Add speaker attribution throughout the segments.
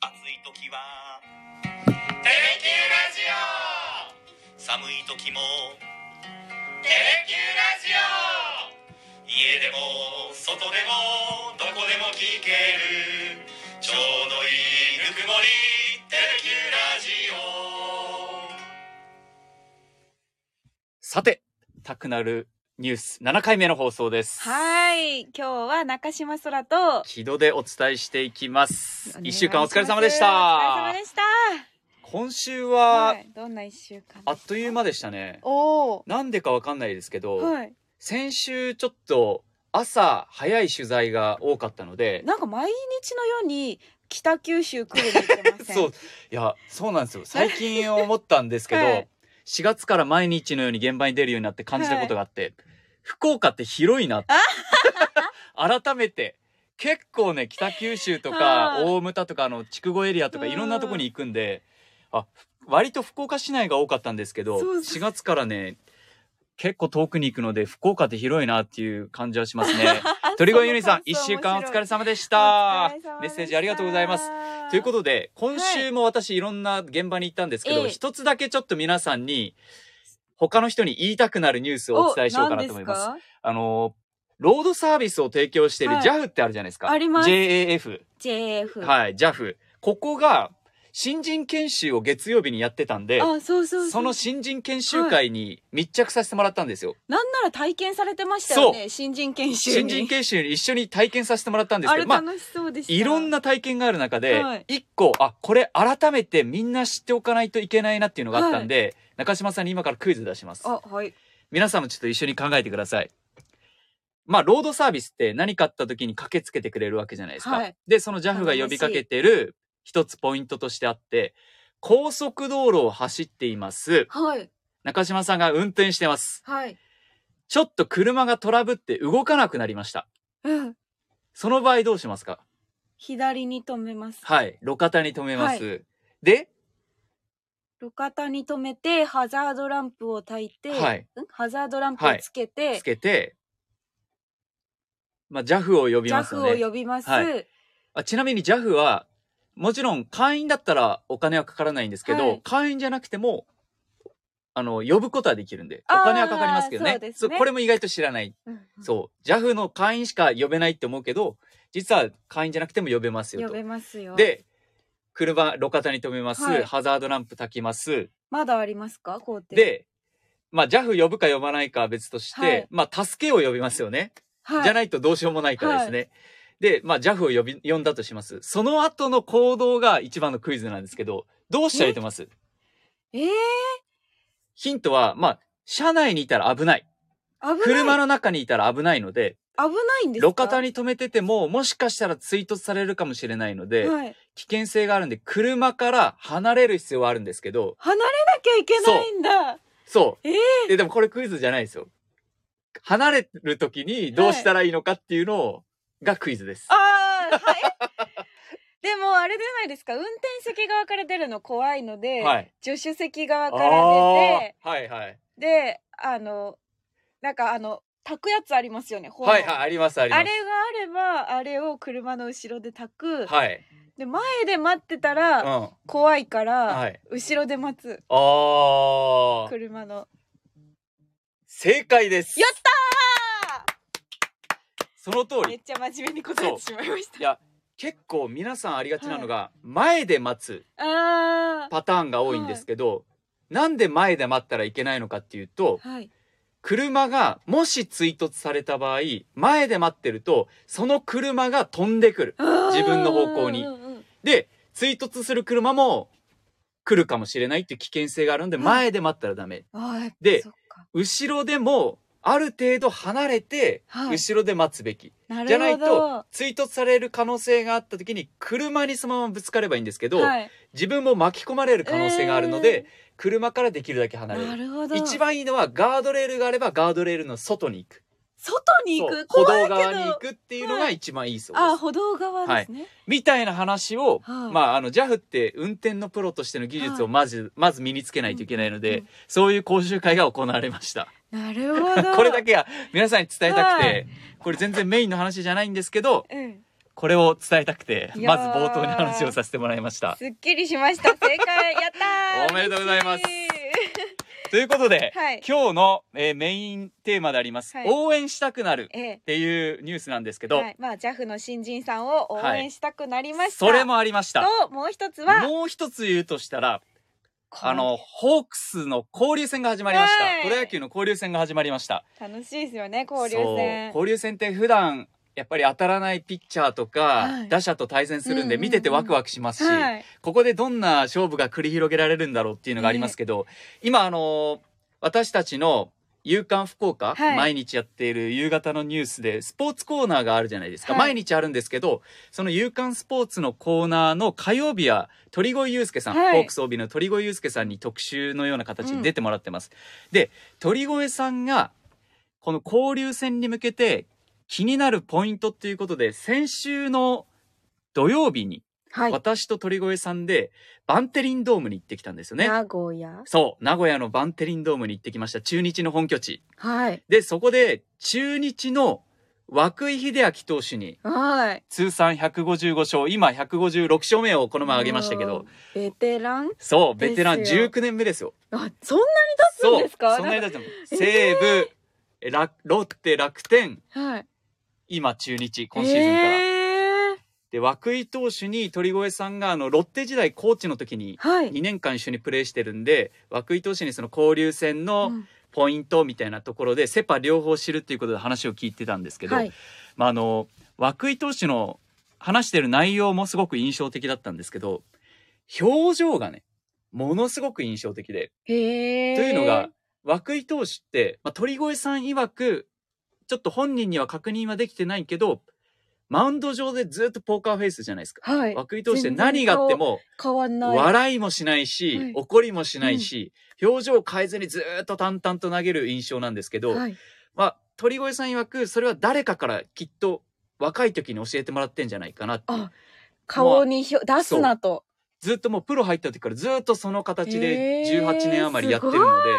Speaker 1: 暑い時は「テレキューラジオ」寒い時も「テレキューラジオ」家でも外でもどこでも聞けるちょうどいいぬくもり「テレキューラジオ」
Speaker 2: さて、たくなるニュース7回目の放送です。
Speaker 3: はい今日は中島空と
Speaker 2: 木戸でお伝えしていきます。一週間お疲れ様でし
Speaker 3: お
Speaker 2: た
Speaker 3: 疲れ様。でした
Speaker 2: 今週は、
Speaker 3: い、どんな一週間
Speaker 2: あっという間でしたね。
Speaker 3: お
Speaker 2: なんでかわかんないですけど、
Speaker 3: おはい
Speaker 2: 先週ちょっと朝早い取材が多かったので、
Speaker 3: なんか毎日のように北九州来るって言ってません
Speaker 2: そう、いや、そうなんです よ。最近思ったんですけど、
Speaker 3: はい
Speaker 2: 4月から毎日のように現場に出るようになって感じたことがあって、福岡って広いなって改めて、結構ね、北九州とか
Speaker 3: はい
Speaker 2: 大牟田とかあの筑後エリアとか
Speaker 3: うん
Speaker 2: いろんなとこに行くんで、あ、割と福岡市内が多かったんですけど、
Speaker 3: そうそ
Speaker 2: 4
Speaker 3: う
Speaker 2: 月からね、結構遠くに行くので、福岡って広いなっていう感じはします ね。鳥越ゆりさん、1週間お疲れ様でした。メッセージありがとうございます。ということとで、今週も私いろんな現場に行ったんですけど、
Speaker 3: ええ
Speaker 2: 一つだけちょっと皆さんに、他の人に言いたくなるニュースをお伝えしようかなと思います。あの、ロードサービスを提供している
Speaker 3: はい
Speaker 2: JAF ってあるじゃないですか。
Speaker 3: あります
Speaker 2: JAF。
Speaker 3: JF
Speaker 2: はい、JAF。ここが、新人研修を月曜日にやってたんで、
Speaker 3: あそうそうそう
Speaker 2: その新人研修会に密着させてもらったんですよ。
Speaker 3: なんなら体験されてましたよね新人研修に
Speaker 2: 新人研修に一緒に体験させてもらったんです
Speaker 3: あ
Speaker 2: け
Speaker 3: れ
Speaker 2: ど、まあ、
Speaker 3: 楽しそうでした、
Speaker 2: いろんな体験がある中で、
Speaker 3: はい
Speaker 2: 一個、あ、これ改めてみんな知っておかないといけないなっていうのがあったんで、中島さんに今からクイズ出します。
Speaker 3: あはい
Speaker 2: 皆さんもちょっと一緒に考えてください。まあ、ロードサービスって何かあった時に駆けつけてくれるわけじゃないですか。
Speaker 3: はい
Speaker 2: で、その JAF が呼びかけてる一つポイントとしてあって、高速道路を走っています。
Speaker 3: はい
Speaker 2: 中島さんが運転してます。
Speaker 3: はい
Speaker 2: ちょっと車がトラブって動かなくなりました。
Speaker 3: うん
Speaker 2: その場合どうしますか
Speaker 3: 左に止めます
Speaker 2: はい。路肩に止めます。
Speaker 3: は
Speaker 2: で、
Speaker 3: 路肩に止めてハザードランプを焚いて、
Speaker 2: はい
Speaker 3: んハザードランプをつけて、
Speaker 2: つけて、まあ、JAF を呼びます
Speaker 3: JAF
Speaker 2: よ
Speaker 3: を
Speaker 2: ね。
Speaker 3: 呼びます、
Speaker 2: はいあちなみに JAF は、もちろん会員だったらお金はかからないんですけど、
Speaker 3: はい
Speaker 2: 会員じゃなくても、あの、呼ぶことはできるんで、お
Speaker 3: あー
Speaker 2: 金はかかりますけどね。
Speaker 3: そうですね
Speaker 2: これも意外と知らない。
Speaker 3: うんうん
Speaker 2: そう。JAF の会員しか呼べないって思うけど、実は会員じゃなくても呼べますよ
Speaker 3: 呼べ
Speaker 2: と。
Speaker 3: ますよ
Speaker 2: で、車、路肩に止めます。
Speaker 3: はい
Speaker 2: ハザードランプ焚きます。
Speaker 3: まだありますか工程
Speaker 2: で、まあ、JAF 呼ぶか呼ばないかは別として、
Speaker 3: はい
Speaker 2: まあ、助けを呼びますよね。
Speaker 3: はい、
Speaker 2: じゃ
Speaker 3: い
Speaker 2: ないとどうしようもないからですね。で、まあ、JAF を呼び、呼んだとします。その後の行動が一番のクイズなんですけど、どうしちゃいてます
Speaker 3: えー、
Speaker 2: ヒントは、まあ、車内にいたら危ない。
Speaker 3: 危ない
Speaker 2: 車の中にいたら危ないので、
Speaker 3: 危ないんですか
Speaker 2: 路肩
Speaker 3: に、
Speaker 2: に止めてても、もしかしたら追突されるかもしれないので、
Speaker 3: はい、
Speaker 2: 危険性があるんで、車から離れる必要はあるんですけど、
Speaker 3: 離れなきゃいけないんだ
Speaker 2: そう。
Speaker 3: え
Speaker 2: えでもこれクイズじゃないですよ。離れる時にどうしたらいいのかっていうのを、がクイズです。
Speaker 3: あーはい でもあれじゃないですか運転席側から出るの怖いので、
Speaker 2: はい。
Speaker 3: 助手席側
Speaker 2: あ
Speaker 3: から出て
Speaker 2: ーはいはい。
Speaker 3: であのなんかあの炊くやつありますよね
Speaker 2: はいはい
Speaker 3: い、
Speaker 2: ありますあります
Speaker 3: あれがあればあれを車の後ろで炊く、
Speaker 2: はい
Speaker 3: で前で待ってたら
Speaker 2: うん
Speaker 3: 怖いから、
Speaker 2: はい
Speaker 3: 後ろで待つ
Speaker 2: あー
Speaker 3: 車の
Speaker 2: 正解です
Speaker 3: やっ
Speaker 2: その
Speaker 3: たー
Speaker 2: 通
Speaker 3: めっ
Speaker 2: り
Speaker 3: ちゃ真面目に答えてしまいまし
Speaker 2: いや結構皆さんありがちなのが、前で待つ
Speaker 3: たあ
Speaker 2: パターンが多いんですけど、なんで前で待ったらいけないのかっていうと
Speaker 3: ーはい
Speaker 2: 車がもし追突された場合前で待ってるとその車が飛んでくる自分の方向に
Speaker 3: うんうんうん
Speaker 2: で追突する車も来るかもしれないっていう危険性があるので
Speaker 3: はい
Speaker 2: 前で待ったらダメ、
Speaker 3: あーやっぱ
Speaker 2: で
Speaker 3: そっか
Speaker 2: 後ろでもある程度離れて
Speaker 3: はい
Speaker 2: 後ろで待つべき、
Speaker 3: な
Speaker 2: じゃな
Speaker 3: る
Speaker 2: い
Speaker 3: ほど
Speaker 2: と追突される可能性があった時に車にそのままぶつかればいいんですけど、
Speaker 3: はい、
Speaker 2: 自分も巻き込まれる可能性があるので、車からできるだけ
Speaker 3: え
Speaker 2: 離
Speaker 3: ー
Speaker 2: れ
Speaker 3: な
Speaker 2: る
Speaker 3: るほど
Speaker 2: 一番いいのはガードレールがあればガードレールの外に行く
Speaker 3: 外に行
Speaker 2: そう
Speaker 3: く
Speaker 2: 歩
Speaker 3: 怖い
Speaker 2: 道
Speaker 3: けど
Speaker 2: 側に行くっていうのが
Speaker 3: は
Speaker 2: 一番いいそうです、
Speaker 3: あー歩道側ですね、
Speaker 2: みたいな話を、
Speaker 3: はい
Speaker 2: まああの JAF って運転のプロとしての技術を
Speaker 3: はい
Speaker 2: まず、まず身につけないといけないので、
Speaker 3: うんうん
Speaker 2: そういう講習会が行われました
Speaker 3: なるほど
Speaker 2: これだけは皆さんに伝えたくて、
Speaker 3: はい
Speaker 2: これ全然メインの話じゃないんですけど
Speaker 3: うん
Speaker 2: これを伝えたくて
Speaker 3: いやー
Speaker 2: まず冒頭に話をさせてもらいました
Speaker 3: すっきりしました。正解、やった ー。
Speaker 2: おめでとうございます
Speaker 3: 嬉し
Speaker 2: ということで、
Speaker 3: はい
Speaker 2: 今日の、えーメインテーマであります、
Speaker 3: はい
Speaker 2: 応援したくなるっ
Speaker 3: い。ええ。
Speaker 2: ていうニュースなんですけど、
Speaker 3: はい、まあ JAF の新人さんを応援したくなりました。
Speaker 2: それもありました
Speaker 3: ともう一つは
Speaker 2: もう一つ言うとしたら
Speaker 3: こ
Speaker 2: あのホークスの交流戦が始まりました、
Speaker 3: はい
Speaker 2: プロ野球の交流戦が始まりました
Speaker 3: 楽しいですよね交流戦。
Speaker 2: そう交流戦って普段やっぱり当たらないピッチャーとか、
Speaker 3: はい
Speaker 2: 打者と対戦するんで
Speaker 3: うんうんうん
Speaker 2: 見ててワクワクしますし、
Speaker 3: はい。
Speaker 2: ここでどんな勝負が繰り広げられるんだろうっていうのがありますけど、今あの私たちの夕刊福岡、
Speaker 3: はい
Speaker 2: 毎日やっている夕方のニュースでスポーツコーナーがあるじゃないですか、
Speaker 3: は
Speaker 2: 毎
Speaker 3: い
Speaker 2: 日あるんですけどその夕刊スポーツのコーナーの火曜日は鳥越祐介さん、
Speaker 3: はい
Speaker 2: ホークス OB の鳥越祐介さんに特集のような形で出てもらってます。で鳥越さんがこの交流戦に向けて気になるポイントっていうことで先週の土曜日に
Speaker 3: はい。
Speaker 2: 私と鳥越さんでバンテリンドームに行ってきたんですよね。
Speaker 3: 名古屋。
Speaker 2: そう、名古屋のバンテリンドームに行ってきました。中日の本拠地。
Speaker 3: はい。
Speaker 2: で、そこで中日の涌井秀明投手に
Speaker 3: はい。
Speaker 2: 通算155勝、今156勝目をこの前あげましたけ
Speaker 3: う
Speaker 2: ど
Speaker 3: ん、。ベテラン。
Speaker 2: そう、ベテラン
Speaker 3: ですよ
Speaker 2: 19年目ですよ。
Speaker 3: あ、そん立つん
Speaker 2: そう
Speaker 3: ですか
Speaker 2: そんなにだ っても西武、ラロッテ、楽天、
Speaker 3: な。はい。
Speaker 2: 今中日、今シーズンから。
Speaker 3: えー
Speaker 2: で、涌井投手に鳥越さんがあの、ロッテ時代コーチの時に、
Speaker 3: はい。
Speaker 2: 2年間一緒にプレーしてるんで涌井投手にその交流戦
Speaker 3: う
Speaker 2: の
Speaker 3: ん
Speaker 2: ポイントみたいなところで、セ・パ両方知るっていうことで話を聞いてたんですけど、
Speaker 3: はい。
Speaker 2: まあ、あの涌井投手の話してる内容もすごく印象的だったんですけど表情がねものすごく印象的で。
Speaker 3: へえ。
Speaker 2: というのが涌井投手って、まあ、鳥越さん曰くちょっと本人には確認はできてないけどマウンド上でずっとポーカーフェイスじゃないですか。
Speaker 3: はい。
Speaker 2: 涌井投手って何があっても
Speaker 3: 変わんない。
Speaker 2: 笑いもしないし、
Speaker 3: はい
Speaker 2: 怒りもしないし、表情を変えずにずーっと淡々と投げる印象なんですけど、
Speaker 3: はい。
Speaker 2: まあ、鳥越さん曰く、それは誰かからきっと若い時に教えてもらってんじゃないかなって。
Speaker 3: あ、顔にひょ出すなと。
Speaker 2: ずっともうプロ入った時からずーっとその形で
Speaker 3: へー
Speaker 2: 18年余りやってるので、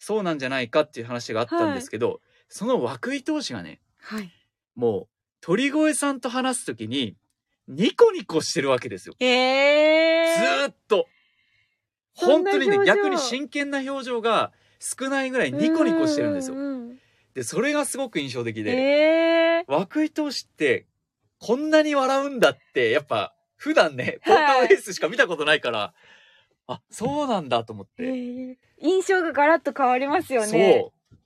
Speaker 2: そうなんじゃないかっていう話があったんですけど、その涌井投手がね、
Speaker 3: はい。
Speaker 2: もう鳥越さんと話す時にニコニコしてるわけですよ。
Speaker 3: へ
Speaker 2: ず
Speaker 3: え。
Speaker 2: ーっと
Speaker 3: そ
Speaker 2: 本
Speaker 3: んな
Speaker 2: 当
Speaker 3: 表
Speaker 2: に
Speaker 3: 情
Speaker 2: ね逆に真剣な表情が少ないぐらいニコニコしてるんですよ。
Speaker 3: うううん
Speaker 2: でそれがすごく印象的で
Speaker 3: へえ。
Speaker 2: 涌井投手ってこんなに笑うんだってやっぱ普段ねポーカーフェイスしか見たことないから、あそうなんだと思って。
Speaker 3: へえ印象がガラッと変わりますよね。
Speaker 2: そう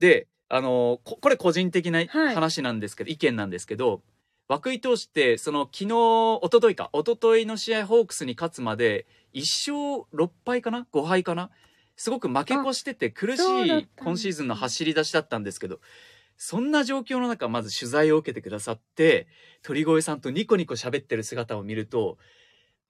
Speaker 2: であのここれ個人的な
Speaker 3: はい
Speaker 2: 話なんですけど、意見なんですけど涌井投手ってその昨日一昨日か一昨日の試合ホークスに勝つまで1勝6敗かな5敗かなすごく負け越してて苦し
Speaker 3: そうだったん
Speaker 2: い
Speaker 3: だ
Speaker 2: 今シーズンの走り出しだったんですけどそんな状況の中まず取材を受けてくださって鳥越さんとニコニコ喋ってる姿を見ると。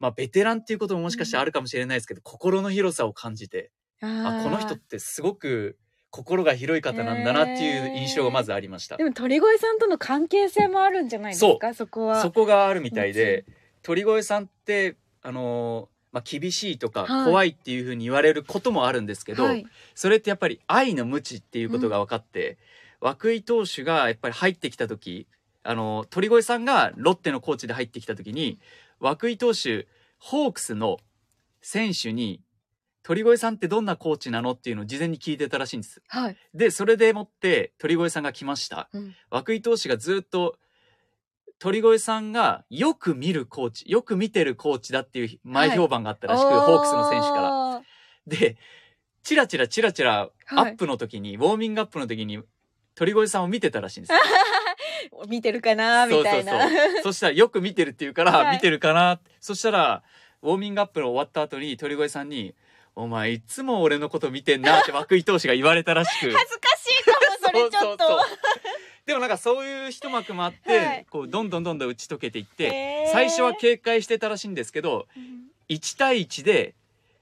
Speaker 2: まあ、ベテランっていうことももしかしてあるかもしれないですけど、心の広さを感じてあ
Speaker 3: あー
Speaker 2: この人ってすごく心が広い方なんだなっていう印象がまずありました
Speaker 3: で。も鳥越さんとの関係性もあるんじゃないですかそこは
Speaker 2: そこがあるみたいで鳥越さんってあのーまあ、厳しいとか
Speaker 3: はい
Speaker 2: 怖いっていうふうに言われることもあるんですけど、
Speaker 3: はい
Speaker 2: それってやっぱり愛の無知っていうことが分かって、涌井投手がやっぱり入ってきた時あの鳥越さんがロッテのコーチで入ってきた時に涌井投手ホークスの選手に鳥越さんってどんなコーチなのっていうのを事前に聞いてたらしいんです。
Speaker 3: はい
Speaker 2: でそれでもって鳥越さんが来ました、
Speaker 3: うん
Speaker 2: 涌井投手がずっと鳥越さんがよく見るコーチよく見てるコーチだっていう前評判があったらしく、ホークスの選手から。
Speaker 3: ら
Speaker 2: でチラチラチラチラア
Speaker 3: はい
Speaker 2: ップの時に、ウォーミングアップの時に鳥越さんを見てたらし いんですよ。
Speaker 3: 見てるかなみたいな
Speaker 2: そうそうそうそしたらよく見てるって言うから、
Speaker 3: はい
Speaker 2: 見てるかなってそしたらウォーミングアップの終わった後に鳥越さんに「お前いつも俺のこと見てんな」って涌井投手が言われたら しく。
Speaker 3: 恥ずかしいかもそれちょっと
Speaker 2: そうそうそう でもなんかそういう一幕もあって、
Speaker 3: はい
Speaker 2: こうどんどんどんどん打ち解けていって、
Speaker 3: へー
Speaker 2: 最初は警戒してたらしいんですけど
Speaker 3: うん
Speaker 2: 1対1で、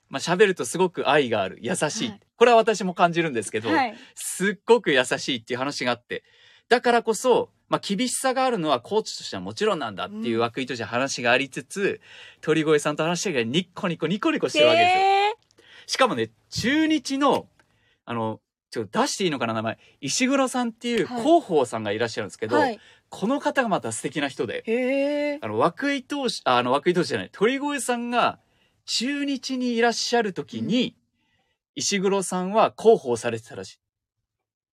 Speaker 2: まあ、喋るとすごく愛がある優しい、
Speaker 3: はい
Speaker 2: これは私も感じるんですけど、
Speaker 3: はい
Speaker 2: すっごく優しいっていう話があってだからこそ、まあ、厳しさがあるのはコーチとしてはもちろんなんだっていう涌井として話がありつつ、鳥越さんと話してるからニッコニコニコニコしてるわけですよ。
Speaker 3: へ
Speaker 2: しかもね中日のあのちょっと出していいのかな名前石黒さんっていう
Speaker 3: はい
Speaker 2: 広報さんがいらっしゃるんですけど、
Speaker 3: はい。
Speaker 2: この方がまた素敵な人で
Speaker 3: へえ。
Speaker 2: あの涌井投手ああの涌井投手じゃない鳥越さんが中日にいらっしゃる時に、石黒さんは広報されてたらしい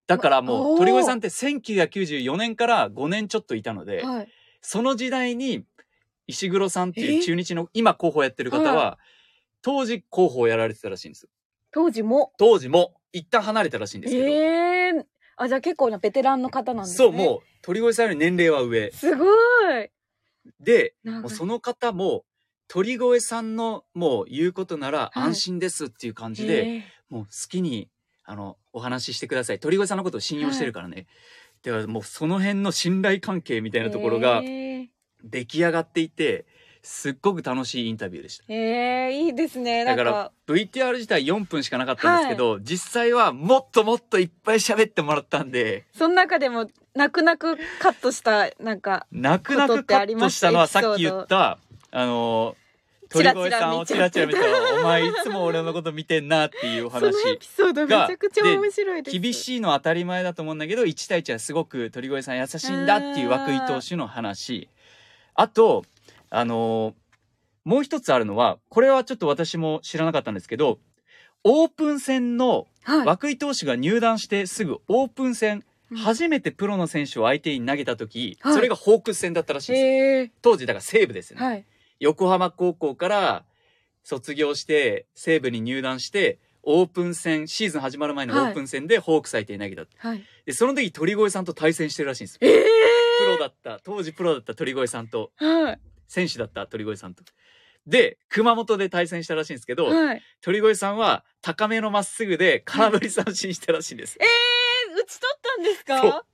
Speaker 2: だからもう
Speaker 3: おー
Speaker 2: 鳥越さんって1994年から5年ちょっといたので、
Speaker 3: はい。
Speaker 2: その時代に石黒さんっていう
Speaker 3: え
Speaker 2: 中日の今広報やってる方は当時広報やられてたらしいんですよ
Speaker 3: 当時も。
Speaker 2: 当時も一旦離れたらしいんですけど、
Speaker 3: ええ。あ、じゃあ結構なベテランの方なんですね。
Speaker 2: そうもう鳥越さんより年齢は上
Speaker 3: すごい。
Speaker 2: で
Speaker 3: なん
Speaker 2: も
Speaker 3: か
Speaker 2: うその方も鳥越さんのもう言うことなら
Speaker 3: い
Speaker 2: 安心ですっていう感じで、
Speaker 3: へえ
Speaker 2: もう好きにあのお話ししてください鳥越さんのことを信用してるからね、ではもうその辺の信頼関係みたいなところが
Speaker 3: へ
Speaker 2: 出来上がっていてすっごく楽しいインタビューでした。
Speaker 3: えへえいいですね。
Speaker 2: だ
Speaker 3: なん
Speaker 2: か
Speaker 3: から
Speaker 2: VTR 自体4分しかなかったんですけど、実際はもっともっといっぱい喋ってもらったんで
Speaker 3: その中でも泣く泣くカットしたなんか
Speaker 2: 泣く泣くカットしたのは
Speaker 3: ことって
Speaker 2: さっ
Speaker 3: あ
Speaker 2: き
Speaker 3: りました
Speaker 2: 言ったあの
Speaker 3: チ
Speaker 2: 鳥
Speaker 3: ラチラ見
Speaker 2: 越さんをチラチラ見たら「お前いつも俺のこと見てんな」っていうお
Speaker 3: その
Speaker 2: 話
Speaker 3: エピソードめちゃくちゃ
Speaker 2: が
Speaker 3: 面白いです。
Speaker 2: 厳しいのは当たり前だと思うんだけど1対1はすごく鳥越さん優しいんだっていう涌井投手の話あとあのもう一つあるのはこれはちょっと私も知らなかったんですけどオープン戦の
Speaker 3: は
Speaker 2: 涌井投手が入団してすぐオープン戦
Speaker 3: い。
Speaker 2: 初めてプロの選手を相手に投げた時、
Speaker 3: はい
Speaker 2: それがホークス戦だったらしいんですよ
Speaker 3: へえ
Speaker 2: 当時だから西武ですよね、
Speaker 3: はい。
Speaker 2: 横浜高校から卒業して西武に入団してオープン戦シーズン始まる前のオ
Speaker 3: はい
Speaker 2: ープン戦でホークス相手に投げた、
Speaker 3: はい。
Speaker 2: でその時鳥越さんと対戦してるらしいんですよ
Speaker 3: ええ
Speaker 2: プロだった当時プロだった鳥越さんと
Speaker 3: はい。
Speaker 2: 選手だった鳥越さんとで熊本で対戦したらしいんですけど、
Speaker 3: はい。
Speaker 2: 鳥越さんは高めのまっすぐで空振り三振したらしいんです
Speaker 3: ええ打ち取ったんです
Speaker 2: そう
Speaker 3: か。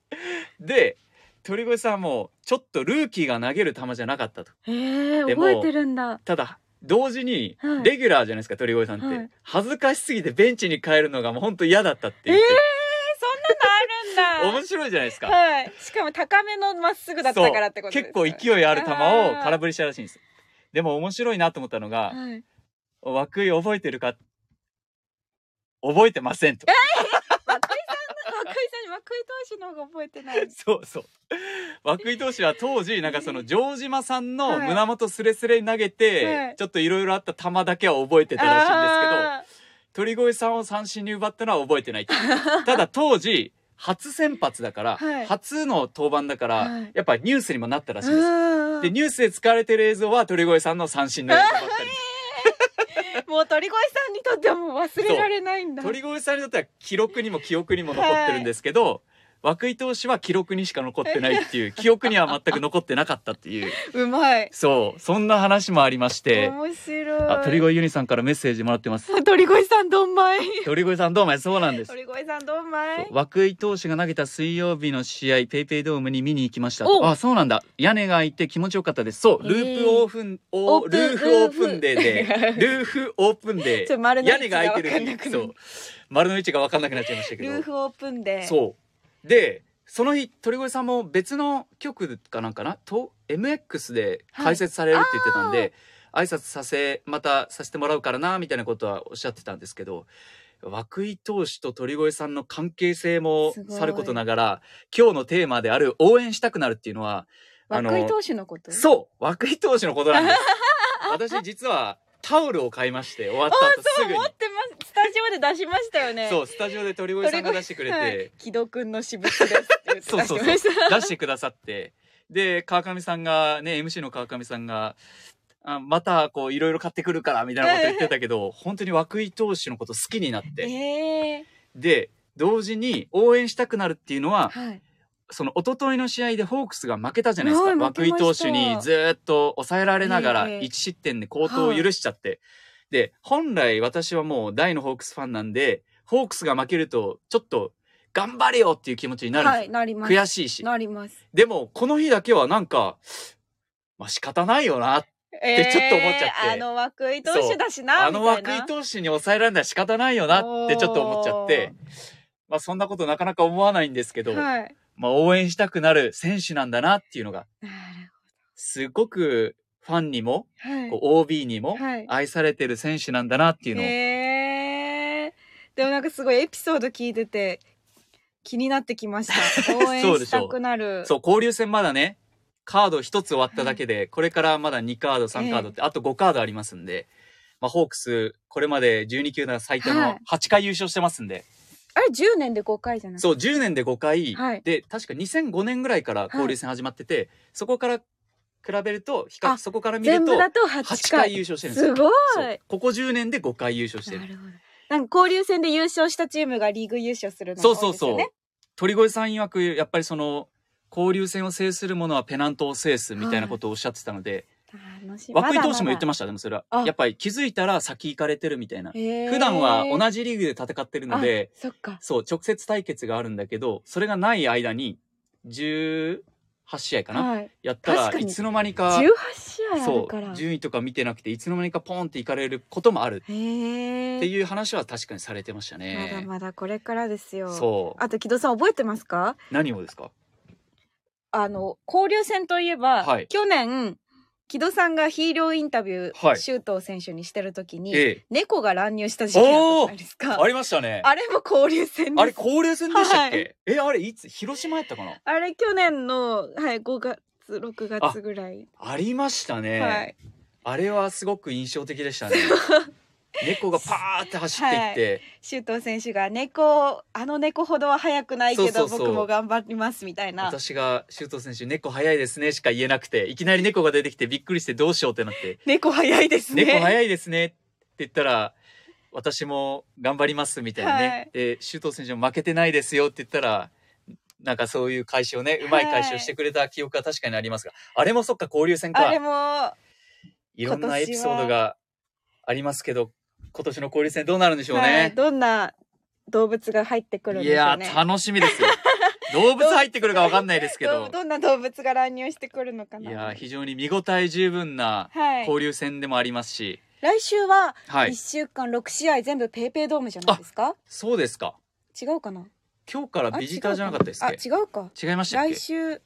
Speaker 2: で鳥越さんもちょっとルーキーが投げる球じゃなかったと
Speaker 3: ええ
Speaker 2: でも
Speaker 3: 覚えてるんだ。
Speaker 2: ただ同時に
Speaker 3: はい
Speaker 2: レギュラーじゃないですか、鳥越さんって、
Speaker 3: はい
Speaker 2: 恥ずかしすぎてベンチに帰るのがもう本当嫌だったって
Speaker 3: え
Speaker 2: 言
Speaker 3: え
Speaker 2: って、
Speaker 3: そんなのある んだ。
Speaker 2: 面白いじゃないですか、
Speaker 3: はい。しかも高めのまっすぐだったからってことです
Speaker 2: 結
Speaker 3: か
Speaker 2: 構勢いある球を
Speaker 3: あー
Speaker 2: 空振りしたらしいんですでも面白いなと思ったのが
Speaker 3: はい。
Speaker 2: 「涌井覚えてるか?」覚えてませんと。
Speaker 3: 涌井さん、涌井投手の方が覚え てない。
Speaker 2: そうそう。涌井投手は当時、なんかその城島さんの
Speaker 3: はい
Speaker 2: 胸元スレスレに投げて、
Speaker 3: はい
Speaker 2: ちょっといろいろあった球だけは覚えてたらしいんですけど、
Speaker 3: あ
Speaker 2: 鳥越さんを三振に奪ったのは覚えてないっていう。ただ当時、初先発だから、
Speaker 3: はい
Speaker 2: 初の登板だから、
Speaker 3: はい
Speaker 2: やっぱニュースにもなったらしいんですよ。
Speaker 3: ー
Speaker 2: で、ニュースで使われてる映像は鳥越さんの三振の映像ばっか
Speaker 3: もう鳥越さんにとってはもう忘れられないんだ。
Speaker 2: り。 鳥越さんにとっては記録にも記憶にも残ってるんですけど、涌井投手は記録にしか残ってないっていう、記憶には全く残ってなかったっていう。
Speaker 3: うまい。
Speaker 2: そう、そんな話もありまして、
Speaker 3: 面
Speaker 2: あ
Speaker 3: 白い。
Speaker 2: 鳥越ゆにさんからメッセージもらってます。
Speaker 3: 鳥越さんどんまい。
Speaker 2: 鳥越さんどうもそうなんです。
Speaker 3: 鳥越さんどんまい。
Speaker 2: 涌井投手が投げた水曜日の試合ペイペイドームに見に行きました
Speaker 3: お
Speaker 2: あそうなんだ屋根が開いて気持ちよかったですそうループオープン、お
Speaker 3: オー
Speaker 2: ル
Speaker 3: プン
Speaker 2: ーフオープンデー で
Speaker 3: ル
Speaker 2: ルーフオープンデ
Speaker 3: ちょっと
Speaker 2: ー
Speaker 3: 丸の位
Speaker 2: 屋
Speaker 3: 置
Speaker 2: 根
Speaker 3: が
Speaker 2: が開いてる
Speaker 3: 分かんなくなる
Speaker 2: そう丸の位置が分かんなくなっちゃいましたけ
Speaker 3: ル
Speaker 2: ど
Speaker 3: ーフオープンで。
Speaker 2: そうでその日鳥越さんも別の局かなんかなと MX で解説されるって言ってたんで、挨拶させまたさせてもらうからなみたいなことはおっしゃってたんですけど涌井投手と鳥越さんの関係性も
Speaker 3: すごい
Speaker 2: さることながら今日のテーマである応援したくなるっていうのはあの
Speaker 3: 涌井投手のこと。
Speaker 2: そう涌井投手のことなんです 私実はタオルを買いまして終わった後すぐに
Speaker 3: 持ってます。スタジオで出しましたよね。
Speaker 2: そうスタジオで鳥越さんが出してくれて、
Speaker 3: はい木戸くんの私物ですって言って出しました。
Speaker 2: 出してくださってで川上さんがね MC の川上さんがあまたこういろいろ買ってくるからみたいなこと言ってたけど本当に涌井投手のこと好きになって
Speaker 3: ええ
Speaker 2: で同時に応援したくなるっていうのは
Speaker 3: はい。
Speaker 2: その一昨日の試合でホークスが負けたじゃないです
Speaker 3: は
Speaker 2: か
Speaker 3: い
Speaker 2: 涌
Speaker 3: 負け
Speaker 2: 井
Speaker 3: ま
Speaker 2: 投
Speaker 3: した
Speaker 2: 手にずーっと抑えられながら
Speaker 3: ええ
Speaker 2: 1失点で好投を許しちゃってで本来私はもう大のホークスファンなんでホークスが負けるとちょっと頑張れよっていう気持ちになるん
Speaker 3: は
Speaker 2: で
Speaker 3: い、なります
Speaker 2: よ、悔
Speaker 3: す。
Speaker 2: しいし
Speaker 3: なります。
Speaker 2: でも、この日だけはなんか、まあ仕方ないよな。
Speaker 3: え
Speaker 2: ちょっと思っちゃって
Speaker 3: あの涌井投手だしな
Speaker 2: あの
Speaker 3: みたい
Speaker 2: 涌
Speaker 3: な
Speaker 2: 井投手に抑えられない仕方ないよなってちょっと思っちゃって、まあそんなことなかなか思わないんですけど、
Speaker 3: はい
Speaker 2: まあ応援したくなる選手なんだなっていうのが、
Speaker 3: なる
Speaker 2: すごくファンにも、
Speaker 3: ほどはい
Speaker 2: こう OB にも
Speaker 3: はい
Speaker 2: 愛されてる選手なんだなっていうのを、
Speaker 3: へえでもなんかすごいエピソード聞いてて気になってきました。 応援
Speaker 2: そうで
Speaker 3: し
Speaker 2: しょ
Speaker 3: たくなる。
Speaker 2: そう交流戦まだねカード1つ終わっただけで、これからまだ2カード3カードって、あと5カードありますんで、まあ、ホークスこれまで12球団最多
Speaker 3: は
Speaker 2: の
Speaker 3: い
Speaker 2: 8回優勝してますんで、
Speaker 3: あれ10年で5回じゃない
Speaker 2: そう10年で5回、
Speaker 3: はい
Speaker 2: で確か2005年ぐらいから交流戦始まってて、そこから比べると比較
Speaker 3: あ
Speaker 2: そこから見る
Speaker 3: 全
Speaker 2: と
Speaker 3: 部だと
Speaker 2: 8
Speaker 3: 8
Speaker 2: 回優
Speaker 3: 回。
Speaker 2: 勝してるんです
Speaker 3: す
Speaker 2: よ
Speaker 3: ごい
Speaker 2: そうここ10年で5回優勝してる
Speaker 3: なるほど。なんか交流戦で優勝したチームがリーグ優勝するのが
Speaker 2: そう
Speaker 3: 多
Speaker 2: そ
Speaker 3: いうです
Speaker 2: そ
Speaker 3: よ
Speaker 2: う
Speaker 3: ね。
Speaker 2: 鳥越さん曰くやっぱりその交流戦を制するものはペナントを制すみたいなことをおっしゃってたので、
Speaker 3: 楽しみ
Speaker 2: 涌井投手も言って
Speaker 3: ま
Speaker 2: ましたでもそれは
Speaker 3: あ
Speaker 2: やっぱり気づいたら先行かれてるみたいな
Speaker 3: だまだへー
Speaker 2: 普段は同じリーグで戦ってるので
Speaker 3: あそっか。
Speaker 2: そう直接対決があるんだけどそれがない間に18試合かな、
Speaker 3: はい。
Speaker 2: やったら
Speaker 3: 確か
Speaker 2: い
Speaker 3: に
Speaker 2: つの間にか
Speaker 3: 18試合あ
Speaker 2: そ
Speaker 3: るから。
Speaker 2: う順位とか見てなくていつの間にかポンって行かれることもある
Speaker 3: へえ。
Speaker 2: っていう話は確かにされてました
Speaker 3: まだ
Speaker 2: ね。
Speaker 3: まだこれからですよ。
Speaker 2: そう
Speaker 3: あと木戸さん覚えてますか？
Speaker 2: 何をですか
Speaker 3: あの交流戦といえば、
Speaker 2: はい
Speaker 3: 去年木戸さんがヒーローインタビュー、
Speaker 2: はい
Speaker 3: 周東選手にしてる時に、
Speaker 2: ええ
Speaker 3: 猫が乱入した事件あったじゃないですか。
Speaker 2: ありましたね。
Speaker 3: あれも交流戦です。
Speaker 2: あれ交流戦でしたっけ、
Speaker 3: は
Speaker 2: えあれいつ広島やったかな
Speaker 3: あれ去年のはい5月6月ぐらい。
Speaker 2: ありましたね、
Speaker 3: はい。
Speaker 2: あれはすごく印象的で したね猫がパーって走っていって、
Speaker 3: 周東選手が猫あの猫ほどは速くないけど
Speaker 2: そうそうそう
Speaker 3: 僕も頑張りますみたいな。
Speaker 2: 私が周東選手猫早いですねしか言えなくていきなり猫が出てきてびっくりしてどうしようってなって
Speaker 3: 猫速いですね。
Speaker 2: 猫早いですねって言ったら私も頑張りますみたいなね、
Speaker 3: はい
Speaker 2: で周東選手も負けてないですよって言ったらなんかそういう返しをねうまい返しをしてくれた記憶は確かにありますが、あれもそっか交流戦
Speaker 3: あれ
Speaker 2: か
Speaker 3: も
Speaker 2: いろん
Speaker 3: 今年
Speaker 2: な
Speaker 3: は
Speaker 2: エピソードがありますけど今年の交流戦どうなるんでしょう
Speaker 3: はい、
Speaker 2: ね、
Speaker 3: どんな動物が入ってくるん
Speaker 2: い
Speaker 3: でしょ
Speaker 2: や
Speaker 3: うね。
Speaker 2: ー楽しみ ですよ動物入ってくるかわかんないですけ
Speaker 3: ど
Speaker 2: ど
Speaker 3: うどんな動物が乱入してくるのか
Speaker 2: い
Speaker 3: な。
Speaker 2: やー非常に見応え十分な
Speaker 3: はい。
Speaker 2: 交流戦でもありますし
Speaker 3: 来週は
Speaker 2: はい、
Speaker 3: 一週間六試合全部ペイペイドームじゃないですか？
Speaker 2: そうですか
Speaker 3: 違うかな。
Speaker 2: 今日から
Speaker 3: あ
Speaker 2: ビジターじゃなかったですっけ
Speaker 3: 違うかなあ違うか。
Speaker 2: 違いましたっけ
Speaker 3: 来週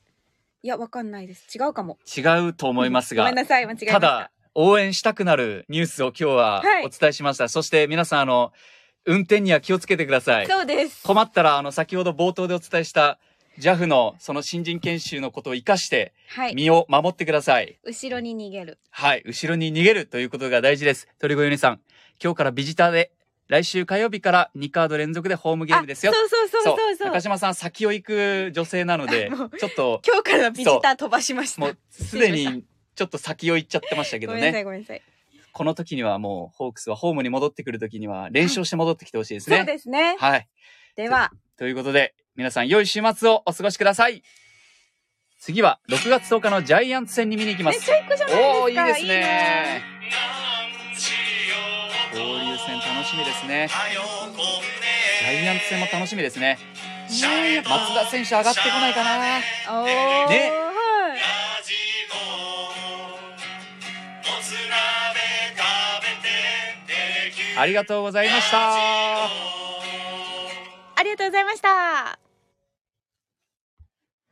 Speaker 3: いやわかんないです。違うかも。
Speaker 2: 違うと思いますが
Speaker 3: ごめんなさい間違えました
Speaker 2: だ応援したくなるニュースを今日は
Speaker 3: はい
Speaker 2: お伝えしました、そして皆さんあの運転には気をつけてください
Speaker 3: そうです。
Speaker 2: 困ったらあの先ほど冒頭でお伝えした JAF のその新人研修のことを生かして
Speaker 3: はい。
Speaker 2: 身を守ってください
Speaker 3: 後ろに逃げる。
Speaker 2: はい、後ろに逃げるということが大事です鳥越ゆねさん今日からビジターで来週火曜日から2カード連続でホームゲームですよ
Speaker 3: あそうそうそうそうそう。
Speaker 2: 中島さん先を行く女性なので
Speaker 3: あもう
Speaker 2: ちょっ と
Speaker 3: 今日からビジター飛ばしました。
Speaker 2: もうすでにちょっと先を行っちゃってましたけど
Speaker 3: ごめんなさい
Speaker 2: ね。
Speaker 3: ごめんなさい。
Speaker 2: この時にはもうホークスはホームに戻ってくる時には連勝して戻ってきてほしいです
Speaker 3: そう
Speaker 2: ね。
Speaker 3: ですね。
Speaker 2: はい。
Speaker 3: では
Speaker 2: ということで皆さん良い週末をお過ごしください。次は6月10日のジャイアンツ戦に見に行きま
Speaker 3: めっ
Speaker 2: す
Speaker 3: ち。ゃ行くじゃないですか。
Speaker 2: おおーいいですね。
Speaker 1: なんしようと
Speaker 2: 交流戦楽しみですね。
Speaker 1: はよこ
Speaker 2: ジャイアンツ戦も楽しみです
Speaker 1: ね
Speaker 2: ね。松田選手上がってこないかな。
Speaker 3: いいな。おお。
Speaker 1: ラ
Speaker 2: ね
Speaker 3: はい。
Speaker 1: ジオもつ鍋食べてテレキュー
Speaker 2: ありがとうございました。
Speaker 1: ラジオ
Speaker 3: ありがとうございました。